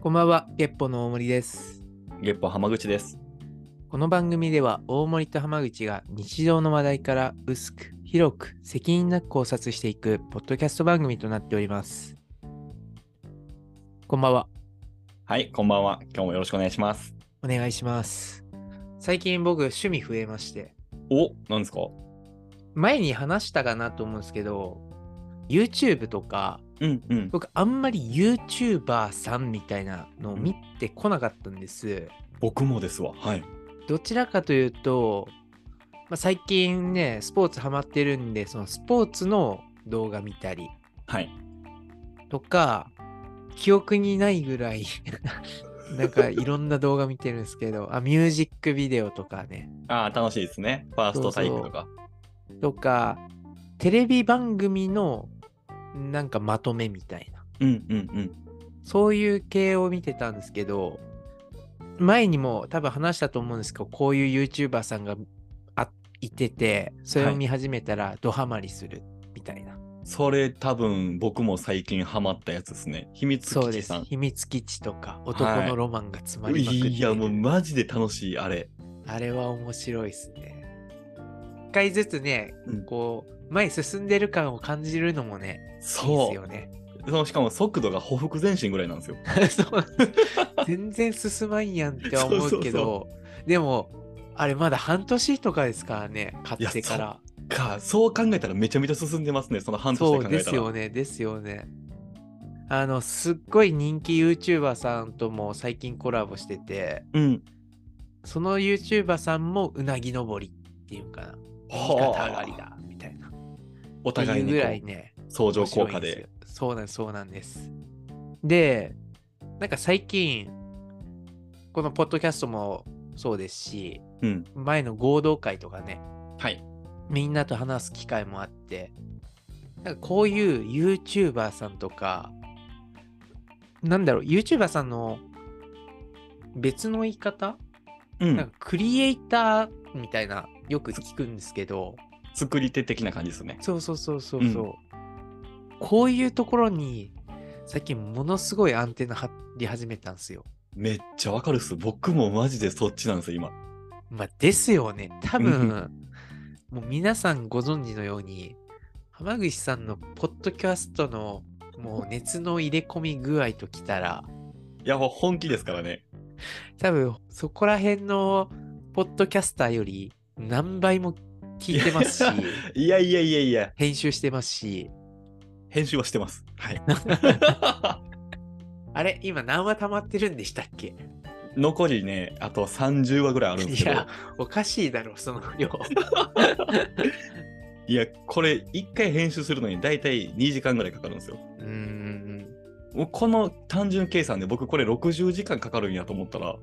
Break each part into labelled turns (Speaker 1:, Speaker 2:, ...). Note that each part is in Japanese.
Speaker 1: こんばんは、ゲッポの大森です。
Speaker 2: ゲッポ浜口です。
Speaker 1: この番組では大森と浜口が日常の話題から薄く、広く、責任なく考察していくポッドキャスト番組となっております。こんばんは、
Speaker 2: はい、こんばんは。今日もよろしくお願いします。
Speaker 1: お願いします。最近僕趣味増えまして、
Speaker 2: お、なんですか
Speaker 1: 前に話したかなと思うんですけど、YouTube とか、
Speaker 2: うんうん。
Speaker 1: 僕あんまり YouTuber さんみたいなのを見てこなかったんです。
Speaker 2: 僕もですわ。はい。
Speaker 1: どちらかというと、まあ、最近ね、スポーツハマってるんで、そのスポーツの動画見たり
Speaker 2: はい。
Speaker 1: とか、記憶にないぐらい、 なんかいろんな動画見てるんですけど、あ、ミュージックビデオとかね、
Speaker 2: ああ、楽しいですね。ファーストサイクとか。
Speaker 1: とか、テレビ番組のなんかまとめみたいな、
Speaker 2: うんうん
Speaker 1: そういう系を見てたんですけど、前にも多分話したと思うんですけど、こういう YouTuber さんがあいてて、それを見始めたらドハマりするみたいな。
Speaker 2: うん。それ多分僕も最近ハマったやつですね。秘密
Speaker 1: そう
Speaker 2: 基
Speaker 1: で
Speaker 2: 地
Speaker 1: す
Speaker 2: さん。。
Speaker 1: 秘密基地とか、男のロマンが詰まりまくってる、
Speaker 2: いや、もうマジで楽しい、あれ。
Speaker 1: あれは面白いですね。一回ずつね、
Speaker 2: うん
Speaker 1: こう、前に進んでる感を感じるのもね、いいで
Speaker 2: そ
Speaker 1: す
Speaker 2: う
Speaker 1: よね。
Speaker 2: その。しかも速度が歩幅前進ぐらいなんですよ。
Speaker 1: そう 全然進まんやんっては思うけど、
Speaker 2: そ
Speaker 1: でも、あれまだ半年とかですからね、買ってから。
Speaker 2: か、そう考えたらめちゃめちゃ進んでますね、その半
Speaker 1: そう
Speaker 2: 年で考え
Speaker 1: で
Speaker 2: たら。
Speaker 1: すよね、ですよね。あの、すっごい人気 YouTuber さんとも最近コラボしてて、
Speaker 2: うん。
Speaker 1: その YouTuber さんもうなぎ登りっていうかな。右肩上がりだみたいな。
Speaker 2: お
Speaker 1: って
Speaker 2: 互
Speaker 1: い
Speaker 2: いうに
Speaker 1: ぐ
Speaker 2: こ
Speaker 1: らいうね。
Speaker 2: 相乗効
Speaker 1: 面白い
Speaker 2: 果
Speaker 1: んす
Speaker 2: で
Speaker 1: よ。。そうなんですそうなんです。で、なんか最近、このポッドキャストもそうですし、
Speaker 2: うん。
Speaker 1: 前の合同会とかね、
Speaker 2: はい。
Speaker 1: みんなと話す機会もあって、なんかこういう YouTuber さんとか、なんだろう、YouTuber さんの別の言い方、
Speaker 2: うん。
Speaker 1: なんかクリエイターみたいな、よく聞くんですけど、
Speaker 2: 作り手的な感じですね。
Speaker 1: そうそうそうそう
Speaker 2: うん
Speaker 1: そう、こういうところに最近ものすごいアンテナ張り始めたんですよ。
Speaker 2: めっちゃわかるっす。僕もマジでそっちなんですよ、今。
Speaker 1: まあ、ですよね。多
Speaker 2: う
Speaker 1: 分、もう皆さんご存知のように、浜口さんのポッドキャストのもう熱の入れ込み具合ときたら、
Speaker 2: いや、ほ本気ですからね。
Speaker 1: 多分そこら辺のポッドキャスターより何倍も聞いてますし、
Speaker 2: いやいやいやいや、
Speaker 1: 編集してますし、
Speaker 2: 編集はしてます。 はい。
Speaker 1: あれ今何話溜まってるんでしたっけ
Speaker 2: 残りね、あと30話ぐらいあるんです
Speaker 1: い
Speaker 2: けど
Speaker 1: や、、おかしいだろ、その量。
Speaker 2: いや、これ、1回編集するのに大体2時間ぐらいかかるんですよ。
Speaker 1: うーん。
Speaker 2: もうこの単純計算で僕これ60時間かかるんやと思ったら、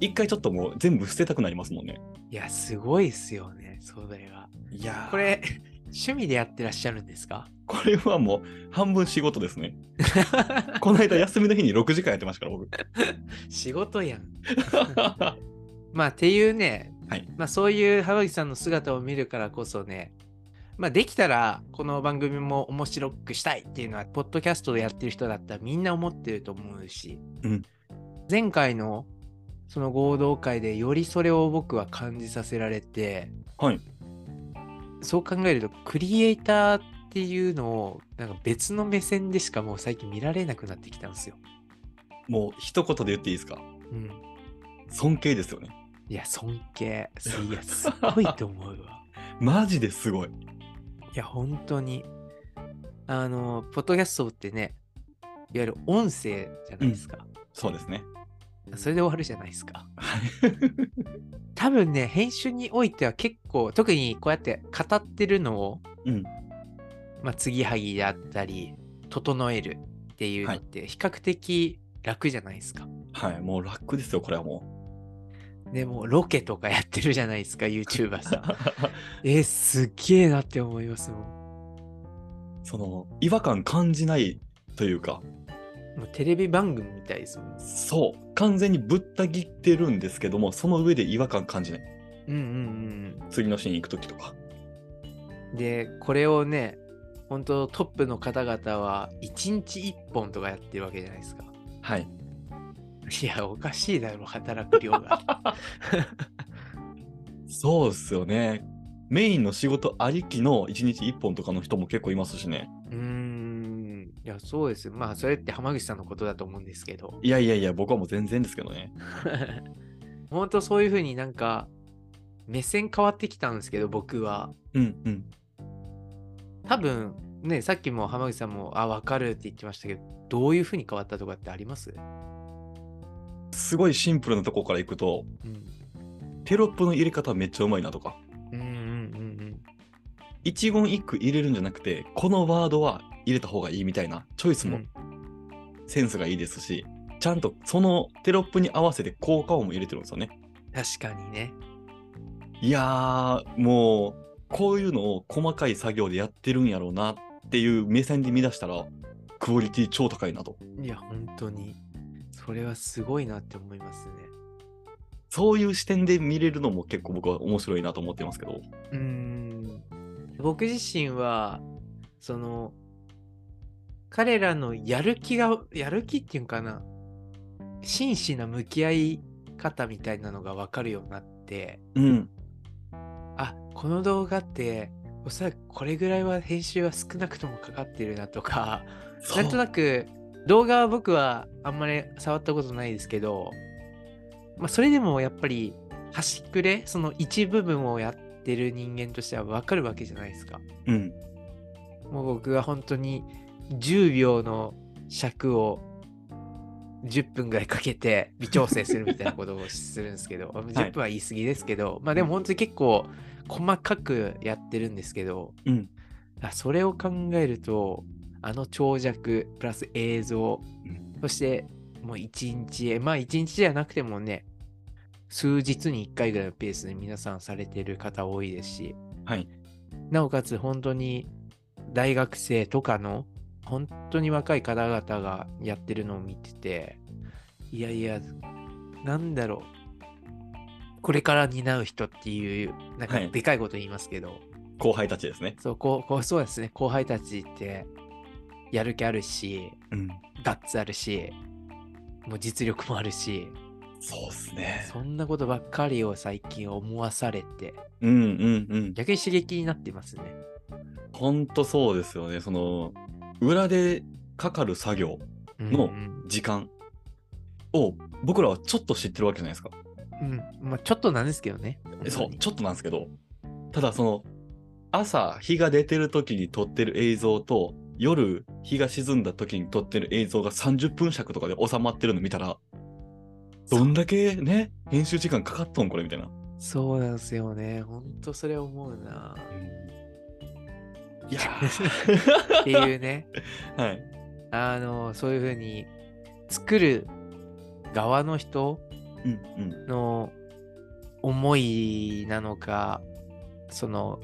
Speaker 2: 1回ちょっともう全部捨てたくなりますもんね。
Speaker 1: いや、すごいっすよね、それは。
Speaker 2: いやー
Speaker 1: こ、れ、 趣味でやってらっしゃるんですか
Speaker 2: これはもう半分仕事ですね。この間休みの日に6時間やってましたから、僕。
Speaker 1: 仕事やん。 まあ、っていうね、
Speaker 2: はい
Speaker 1: まあ、そういう浜口さんの姿を見るからこそね、まあ、できたら、この番組も面白くしたいっていうのは、ポッドキャストでやってる人だったらみんな思ってると思うし、
Speaker 2: うん
Speaker 1: 前回のその合同会でよりそれを僕は感じさせられて、
Speaker 2: はい。
Speaker 1: そう考えるとクリエイターっていうのをなんか別の目線でしかもう最近見られなくなってきたんですよ。
Speaker 2: もう一言で言っていいですか
Speaker 1: うん、
Speaker 2: 尊敬ですよね。
Speaker 1: いや尊敬いやすごいと思うわ。
Speaker 2: マジですごい。
Speaker 1: いや本当にあのポッドキャストってねいわゆる音声じゃないですか、
Speaker 2: そうですね。
Speaker 1: それで終わるじゃないですか。
Speaker 2: はい。
Speaker 1: 多分ね編集においては結構特にこうやって語ってるのを、
Speaker 2: うん
Speaker 1: まあ、継ぎはぎであったり整えるっていうのって比較的楽じゃないですか。
Speaker 2: はい、もう楽ですよ、これはも
Speaker 1: でもうロケとかやってるじゃないですか YouTuber
Speaker 2: う
Speaker 1: さん。。えすっげえなって思いますもん。
Speaker 2: その、違和感感じないというか、
Speaker 1: もうテレビ番組みたいですもん。
Speaker 2: そう、完全にぶった切ってるんですけども、その上で違和感感じない。
Speaker 1: うんうん
Speaker 2: 次のシーン行くときとか。
Speaker 1: うん。でこれをね本当トップの方々は1日1本とかやってるわけじゃないですか。
Speaker 2: はい。
Speaker 1: いや、おかしいだろ、働く量が。
Speaker 2: そうっすよね。メインの仕事ありきの1日1本とかの人も結構いますしね。
Speaker 1: うーん。いや、そうです。まあ、それって浜口さんのことだと思うんですけど。
Speaker 2: いやいやいや、僕はもう全然ですけどね。
Speaker 1: 本当そういうふうになんか、目線変わってきたんですけど、僕は。
Speaker 2: うんうん。
Speaker 1: 多分、ね、さっきも浜口さんも、あ、わかるって言ってましたけど、どういうふうに変わったとかってあります
Speaker 2: すごいシンプルなとこからいくと、
Speaker 1: うん。
Speaker 2: テロップの入れ方めっちゃうまいなとか、
Speaker 1: うんうんうん
Speaker 2: 一言一句入れるんじゃなくて、このワードは入れた方がいいみたいな、チョイス
Speaker 1: うん。う
Speaker 2: も
Speaker 1: ん
Speaker 2: センスがいいですし、ちゃんとそのテロップに合わせて効果音も入れてるんですよね。
Speaker 1: 確かにね。
Speaker 2: いやー、もう、こういうのを細かい作業でやってるんやろうなっていう目線で見出したら、クオリティ超高いなと。
Speaker 1: いや、本当に。それはすごいなって思いますね。
Speaker 2: そういう視点で見れるのも結構僕は面白いなと思ってますけど。
Speaker 1: うーん。僕自身は、その、彼らのやる気が、やる気っていうんかな、真摯な向き合い方みたいなのが分かるようになって、
Speaker 2: うん。
Speaker 1: あ、この動画って、おそらくこれぐらいは編集は少なくともかかってるなとか、
Speaker 2: そ
Speaker 1: なんと
Speaker 2: う。
Speaker 1: なく動画は僕はあんまり触ったことないですけど、まあ、それでもやっぱり端くれその一部分をやってる人間としては分かるわけじゃないですか。
Speaker 2: うん。
Speaker 1: もう僕は本当に10秒の尺を10分ぐらいかけて微調整するみたいなことをするんですけど、10分は言い過ぎですけど、まあでも本当に結構細かくやってるんですけど、
Speaker 2: うん
Speaker 1: あそれを考えると、あの長尺、プラス映像
Speaker 2: うん、
Speaker 1: そしてもう1日、まあ1日じゃなくてもね、数日に1回ぐらいのペースで皆さんされてる方多いですし、
Speaker 2: はい。
Speaker 1: なおかつ本当に大学生とかの本当に若い方々がやってるのを見てて、いやいや、なんだろう。これから担う人っていう、なんか
Speaker 2: はい
Speaker 1: でかいこと言いますけど、
Speaker 2: 後輩たちですね。
Speaker 1: そう、こう、こうそうですね、後輩たちって、やる気あるし、
Speaker 2: うん。
Speaker 1: ガッツあるし、もう実力もあるし、
Speaker 2: そうっすね。
Speaker 1: そんなことばっかりを最近思わされて、
Speaker 2: うんうんうん。
Speaker 1: 逆に刺激になってますね。
Speaker 2: ほんとそうですよね。その、裏でかかる作業、
Speaker 1: うん
Speaker 2: の
Speaker 1: うん
Speaker 2: 時間を僕らはちょっと知ってるわけじゃないですか。
Speaker 1: うん、まあちょっとなんですけどね。
Speaker 2: そう、ちょっとなんですけど、ただその、朝日が出てる時に撮ってる映像と、夜日が沈んだ時に撮ってる映像が30分尺とかで収まってるの見たら、どんだけね、編集時間かかっとんこれみたいな。
Speaker 1: そうなんですよね。ほんとそれ思う な。
Speaker 2: いや
Speaker 1: っていうね、
Speaker 2: ーはい。
Speaker 1: あの、そういうふうに作る側の人
Speaker 2: うんうん。
Speaker 1: の思いなのか、その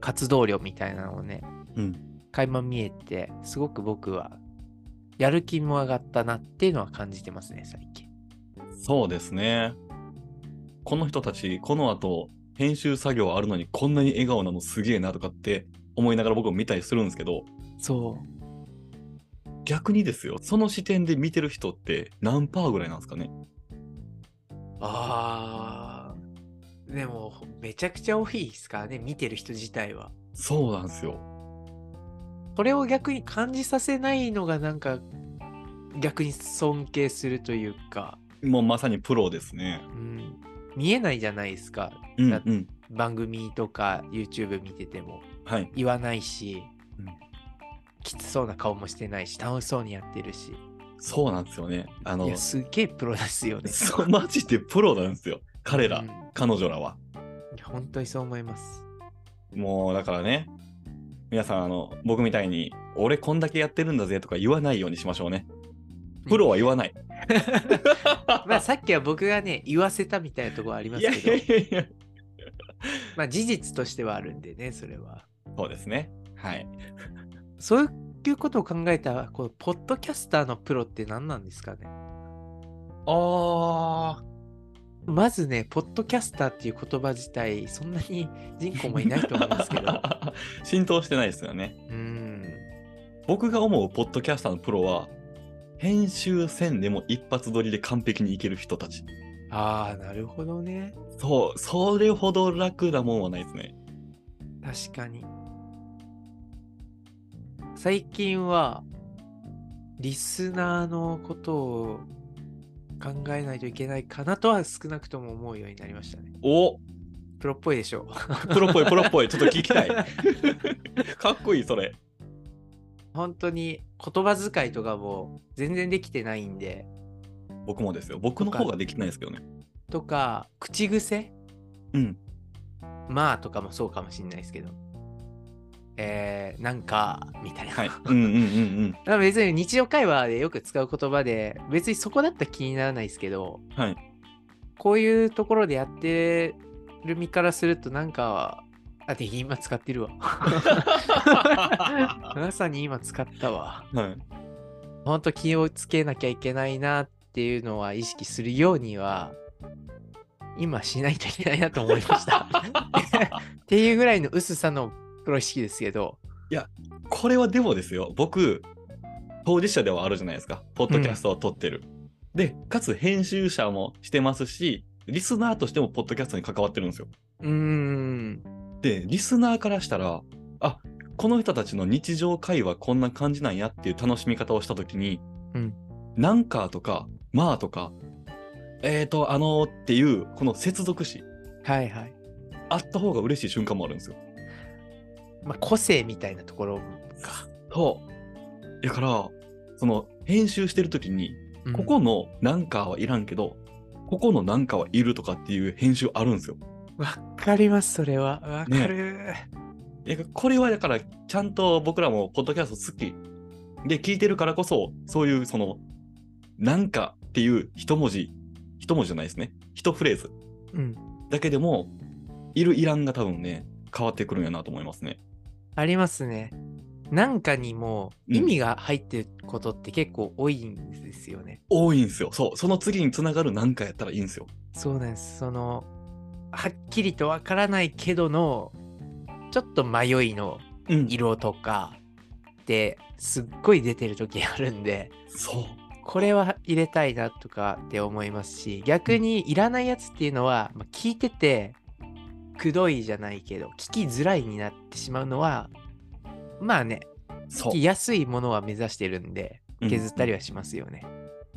Speaker 1: 活動量みたいなのをね、
Speaker 2: うん。
Speaker 1: 垣間見えて、すごく僕はやる気も上がったなっていうのは感じてますね、最近。
Speaker 2: そうですね。この人たち、この後、編集作業あるのにこんなに笑顔なのすげえなとかって思いながら僕も見たりするんですけど、
Speaker 1: そ
Speaker 2: 逆にですよ、その視点で見てる人って何パーぐらいなんですかね
Speaker 1: う。ああ。でも、めちゃくちゃ多いですからね、見てる人自体は。
Speaker 2: そうなんですよ。
Speaker 1: それを逆に感じさせないのがなんか逆に尊敬するというか、
Speaker 2: もうまさにプロですね。
Speaker 1: うん、見えないじゃないですか
Speaker 2: うん
Speaker 1: だっ
Speaker 2: うん。
Speaker 1: 番組とか YouTube 見てても
Speaker 2: はい。
Speaker 1: 言わないし、
Speaker 2: うん
Speaker 1: きつそうな顔もしてないし楽しそうにやってるし
Speaker 2: そうなんですよね。あ
Speaker 1: い
Speaker 2: の
Speaker 1: や、すっげえプロですよね
Speaker 2: そうマジでプロなんですよ。彼ら、
Speaker 1: うん
Speaker 2: 彼女らは。
Speaker 1: いや本当にそう思います
Speaker 2: もうだからね、皆さん、あの、僕みたいに、俺こんだけやってるんだぜとか言わないようにしましょうね。プロは言わない。
Speaker 1: まあさっきは僕がね言わせたみたいなところありま
Speaker 2: い
Speaker 1: す
Speaker 2: や
Speaker 1: け
Speaker 2: い
Speaker 1: ど
Speaker 2: やいやいや。
Speaker 1: まあ事実としてはあるんでねそれは
Speaker 2: そうですね。はい。
Speaker 1: そういうことを考えたらこのポッドキャスターのプロって何なんですかね
Speaker 2: ああ。
Speaker 1: まずね、ポッドキャスターっていう言葉自体、そんなに人口もいないと思うんですけど。
Speaker 2: 浸透してないですよね。
Speaker 1: うん。
Speaker 2: 僕が思うポッドキャスターのプロは編集せんでも一発撮りで完璧にいける人たち。
Speaker 1: ああ、なるほどね。
Speaker 2: そう、それほど楽なもんはないですね。
Speaker 1: 確かに。最近は、リスナーのことを考えないといけないかなとは少なくとも思うようになりましたね。
Speaker 2: お
Speaker 1: プロっぽいでしょ
Speaker 2: プロっぽい、プロっぽい。ちょっと聞き たい。かっこいい、それ。
Speaker 1: 本当に言葉遣いとかも全然できてないんで、
Speaker 2: 僕もですよ。僕の方ができてないですけどね。
Speaker 1: とか、口癖
Speaker 2: うん。
Speaker 1: まあとかもそうかもしれないですけど、えー、なんか、みたいな。
Speaker 2: はい。うんうんうんうん。
Speaker 1: だから別に日常会話でよく使う言葉で別にそこだったら気にならないですけど、
Speaker 2: はい
Speaker 1: こういうところでやってる身からするとなんかあで今使って るわまさに今使ったわ
Speaker 2: はい。
Speaker 1: ほんと気をつけなきゃいけないなっていうのは意識するようには今しないといけないなと思いました っていうぐらいの薄さのプロ意識ですけど
Speaker 2: これはでもですよ、僕、当事者ではあるじゃないですか、ポッドキャストを撮ってる。で、かつ編集者もしてますし、リスナーとしてもポッドキャストに関わってるんですよ。
Speaker 1: うーん
Speaker 2: で、リスナーからしたら、あこの人たちの日常会話こんな感じなんやっていう楽しみ方をしたときに、
Speaker 1: うん
Speaker 2: なんかとか、まあとか、えーと、あのーっていう、この接続詞、
Speaker 1: はいはい
Speaker 2: あった方が嬉しい瞬間もあるんですよ。
Speaker 1: まあ、個性みたいなところか。
Speaker 2: そう。だから、その、編集してるときに、
Speaker 1: うん
Speaker 2: ここのなんかはいらんけど、ここのなんかはいるとかっていう編集あるんですよ。
Speaker 1: わかります、それは。わかる、
Speaker 2: えこれはだから、ちゃんと僕らもポッドキャスト好きで聞いてるからこそ、そういうその、なんかっていう一文字、一文字じゃないですね。一フレーズ
Speaker 1: うん。
Speaker 2: だけでも、いるいらんが多分ね、変わってくるんやなと思いますね。
Speaker 1: ありますね。なんかにも
Speaker 2: うん
Speaker 1: 意味が入ってることって結構多いんですよね。
Speaker 2: 多いんですよ。そう。その次につながるなんかやったらいいんですよ。
Speaker 1: そうなんです。その、はっきりとわからないけどの、ちょっと迷いの
Speaker 2: うん。
Speaker 1: 色とかってすっごい出てる時あるんで、
Speaker 2: そう。
Speaker 1: これは入れたいなとかって思いますし逆にいらないやつっていうのは、まあ聞いててくどいじゃないけど聞きづらいになってしまうのはまあね
Speaker 2: そ
Speaker 1: 聞
Speaker 2: う
Speaker 1: き。やすいものは目指してるんで
Speaker 2: うん
Speaker 1: 削ったりはしますよね、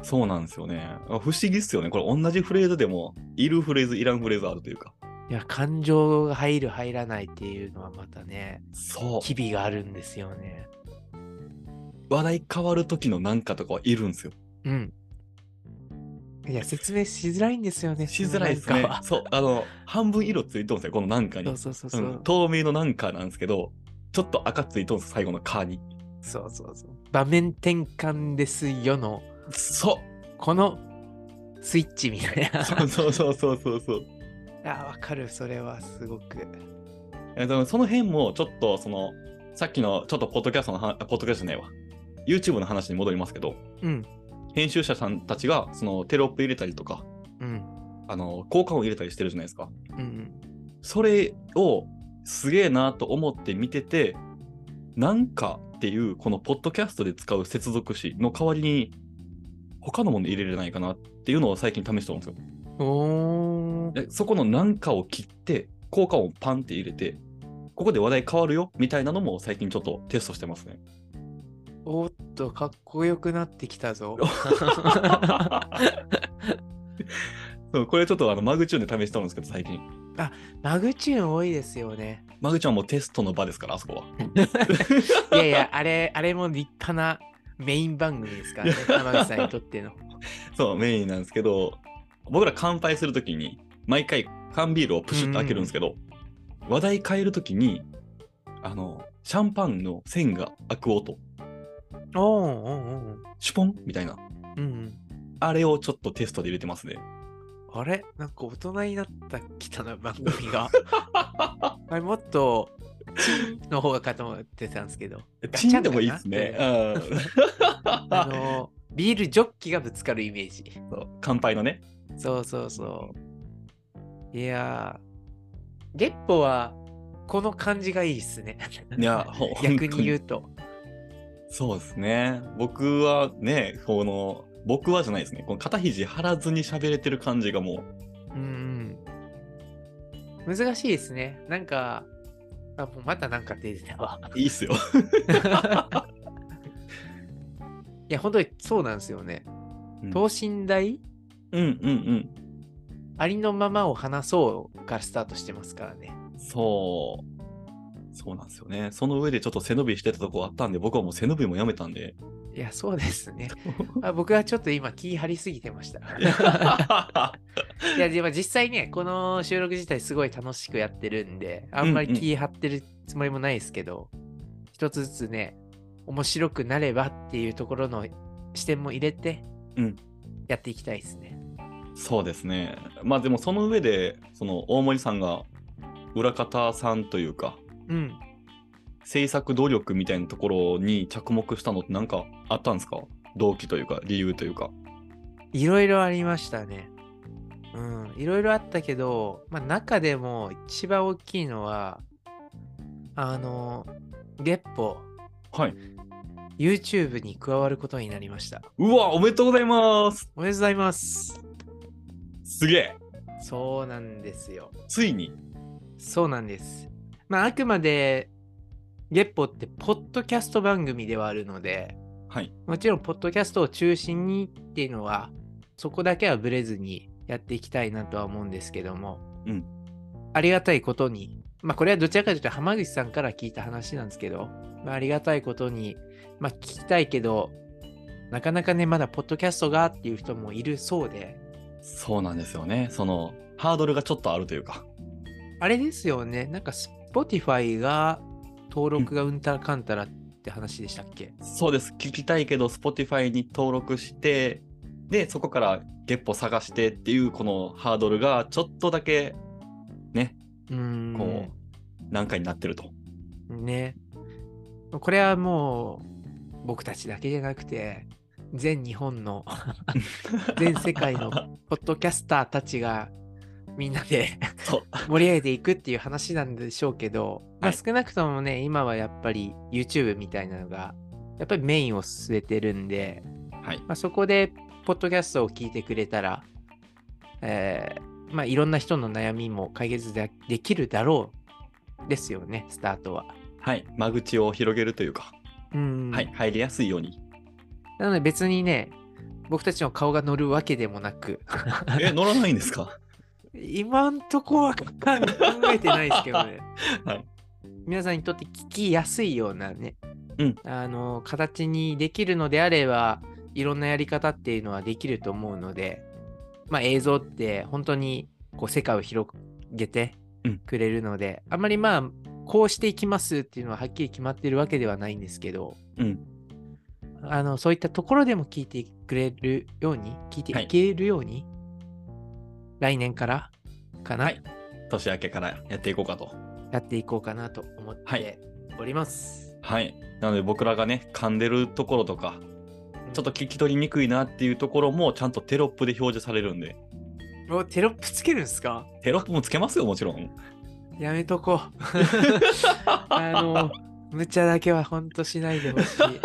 Speaker 2: そうなんですよね。あ不思議っすよね。これ同じフレーズでも、いるフレーズ、いらんフレーズあるというか。
Speaker 1: いや感情が入る入らないっていうのはまたね
Speaker 2: そ
Speaker 1: 機微があるんですよね
Speaker 2: う。話題変わる時のなんかとかはいるんですよ。
Speaker 1: うんいや説明しづらいんですよね
Speaker 2: しづらいです
Speaker 1: なん
Speaker 2: ね
Speaker 1: かは。
Speaker 2: そう。あの、半分色ついとんすよ、このなんかに。
Speaker 1: そうそうそうそう、
Speaker 2: うん透明のなんかなんですけど、ちょっと赤ついとんすよ、最後のカに。
Speaker 1: そうそうそう場面転換ですよの
Speaker 2: そ。
Speaker 1: このスイッチみたいうな。
Speaker 2: そうそうそうそうそうそう。
Speaker 1: あ、わかる、それはすごく。
Speaker 2: えでもその辺も、ちょっとその、さっきの、ちょっとポッドキャストの話、あポッドキャストじゃないわ。YouTube の話に戻りますけど、
Speaker 1: うん、
Speaker 2: 編集者さんたちが、そのテロップ入れたりとか、
Speaker 1: うん、
Speaker 2: あの、交換を入れたりしてるじゃないですか。
Speaker 1: うん。
Speaker 2: それをすげえなと思って見てて、なんかっていう、このポッドキャストで使う接続詞の代わりに、他のもの入れれないかなっていうのを最近試してるんですよ。
Speaker 1: おー、
Speaker 2: でそこのなんかを切って、効果音パンって入れて、ここで話題変わるよみたいなのも最近ちょっとテストしてますね。
Speaker 1: おっと、かっこよくなってきた ぞ。
Speaker 2: そうこれちょっとあのマグチューンで試してるんですけど、最近。
Speaker 1: マグチューン多いですよね。
Speaker 2: マグチューンはもうテストの場ですから、あそこは。
Speaker 1: いやいや、あれ、あれも立派なメイン番組ですからね、浜口さんにとっての。
Speaker 2: そう、メインなんですけど、僕ら乾杯するときに、毎回缶ビールをプシュッと開けるんですけど、話題変えるときに、あの、シャンパンの線が開く音、
Speaker 1: おー、おー、おー
Speaker 2: シュポンみたいな、
Speaker 1: うん、うん。
Speaker 2: あれをちょっとテストで入れてますね。
Speaker 1: あれなんか大人になったきたな、番組 が。あれ、もっと、チンの方がかと思ってたんですけど。
Speaker 2: チンでもいいですね。
Speaker 1: ガあ
Speaker 2: うん
Speaker 1: のビールジョッキがぶつかるイメージ。
Speaker 2: そう乾杯のね。
Speaker 1: そうそうそう。いやー、ゲッポはこの感じがいいっすね。
Speaker 2: いや、ほ
Speaker 1: 逆に言
Speaker 2: う。
Speaker 1: うと。
Speaker 2: そうですね。僕はね、この、僕はじゃないですね。この肩肘張らずに喋れてる感じがも
Speaker 1: うんうん。難しいですね。なんか、あもうまたなんか出てたわ。
Speaker 2: ういいっすよ。
Speaker 1: いや、本当にそうなんですよね。
Speaker 2: うん
Speaker 1: 等身大、
Speaker 2: うんうん
Speaker 1: ありのままを話そうからスタートしてますからね。
Speaker 2: うん。そう。そうなんですよね。その上でちょっと背伸びしてたとこあったんで、僕はもう背伸びもやめたん で。
Speaker 1: いや、そうですね。あ僕はちょっと今気張りすぎてました。いや、でも実際ね、この収録自体すごい楽しくやってるんで、あんまり気張ってるつもりもないですけど、一つずつね、面白くなればっていうところの視点も入れて
Speaker 2: うん、
Speaker 1: やっていきたいですね。
Speaker 2: そうですね。まあでもその上で、その大森さんが裏方さんというか、
Speaker 1: うん。
Speaker 2: 制作努力みたいなところに着目したのって何かあったんですか動機というか理由というか。
Speaker 1: いろいろありましたね。うん。いろいろあったけど、まあ中でも一番大きいのは、あの、月歩、
Speaker 2: はい。
Speaker 1: YouTube に加わることになりました。
Speaker 2: うわ、おめでとうございます。
Speaker 1: おめでとうございます。
Speaker 2: すげえ。
Speaker 1: そうなんですよ。
Speaker 2: ついに。
Speaker 1: そうなんです。まあ、あくまで、月歩って、ポッドキャスト番組ではあるので、
Speaker 2: はい。
Speaker 1: もちろん、ポッドキャストを中心にっていうのは、そこだけはブレずにやっていきたいなとは思うんですけども、
Speaker 2: うん
Speaker 1: ありがたいことに、まあ、これはどちらかというと、浜口さんから聞いた話なんですけど、まあ、ありがたいことに、まあ、聞きたいけど、なかなかね、まだポッドキャストがっていう人もいるそうで、
Speaker 2: そうなんですよね。その、ハードルがちょっとあるというか。
Speaker 1: あれですよね、なんか Spotify が登録がうんたらかんたらって話でしたっけ、
Speaker 2: そうです。聞きたいけど、Spotify に登録して、で、そこから月歩探してっていう、このハードルがちょっとだけ、
Speaker 1: うーん
Speaker 2: こう、難解になってると。
Speaker 1: ね。これはもう僕たちだけじゃなくて、全日本の、全世界のポッドキャスターたちがみんなで
Speaker 2: そう。
Speaker 1: 盛り上げていくっていう話なんでしょうけど、まあ、
Speaker 2: はい
Speaker 1: 少なくともね、今はやっぱり YouTube みたいなのが、やっぱりメインを据えてるんで、
Speaker 2: はい。
Speaker 1: まあ、そこで、ポッドキャストを聞いてくれたら、えーまあ、いろんな人の悩みも解決でできるだろうですよね、スタートは。
Speaker 2: はい。間口を広げるというか、
Speaker 1: うん
Speaker 2: はい。入りやすいよう に。
Speaker 1: なので別にね、僕たちの顔が乗るわけでもなく、
Speaker 2: え、乗らないんですか。
Speaker 1: 今んとこは考えてないですけどね
Speaker 2: はい
Speaker 1: 皆さんにとって聞きやすいようなね、
Speaker 2: うん
Speaker 1: あの形にできるのであれば、いろんなやり方っていうのはできると思うので、まあ、映像って本当にこう世界を広げて
Speaker 2: うん
Speaker 1: くれるので、あんまりまあこうしていきますっていうのははっきり決まってるわけではないんですけど、
Speaker 2: うん
Speaker 1: あのそういったところでも聞いてくれるように聞いて
Speaker 2: はい
Speaker 1: いけるように、来年からかな、
Speaker 2: はい年明けからやっていこうかと。
Speaker 1: やっていこうかなと思っ
Speaker 2: はい
Speaker 1: ております。
Speaker 2: はい。なので僕らがね、噛んでるところとか、ちょっと聞き取りにくいなっていうところもちゃんとテロップで表示されるんで、
Speaker 1: おテロップつけるんですか
Speaker 2: テロップもつけますよ、もちろん。
Speaker 1: やめと こう。あの無茶だけはほんとしないでほし い。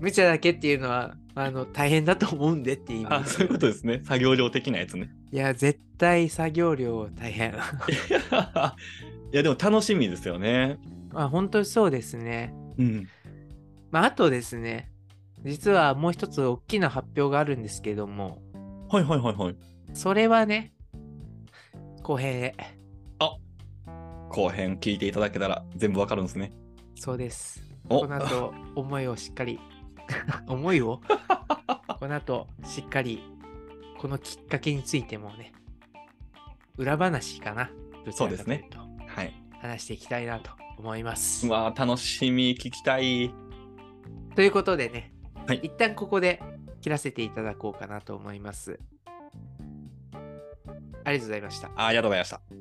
Speaker 1: 無茶だけっていうのはあの大変だと思うんでっていう意
Speaker 2: あ
Speaker 1: 味。
Speaker 2: そういうことですね。 作業量的なやつね。
Speaker 1: いや絶対作業量大変。
Speaker 2: いや、でも楽しみですよね。
Speaker 1: あ本当にそうですね。
Speaker 2: うん。
Speaker 1: まあ、あとですね、実はもう一つ大きな発表があるんですけども、
Speaker 2: はいはいはいはい。
Speaker 1: それはね、後編へ。
Speaker 2: 後編聞いていただけたら全部わかるんですね。
Speaker 1: そうです。
Speaker 2: お
Speaker 1: この後、思いをしっか り、思いを、この後、しっかり、このきっかけについてもね、裏話かな。どちらかとい
Speaker 2: そうですね
Speaker 1: と。
Speaker 2: はい。
Speaker 1: 話していきたいなと思います。
Speaker 2: うわー楽しみ、聞きたい。
Speaker 1: ということでね、
Speaker 2: はい
Speaker 1: 一旦ここで切らせていただこうかなと思います。ありがとうございました。
Speaker 2: ありがとうございました。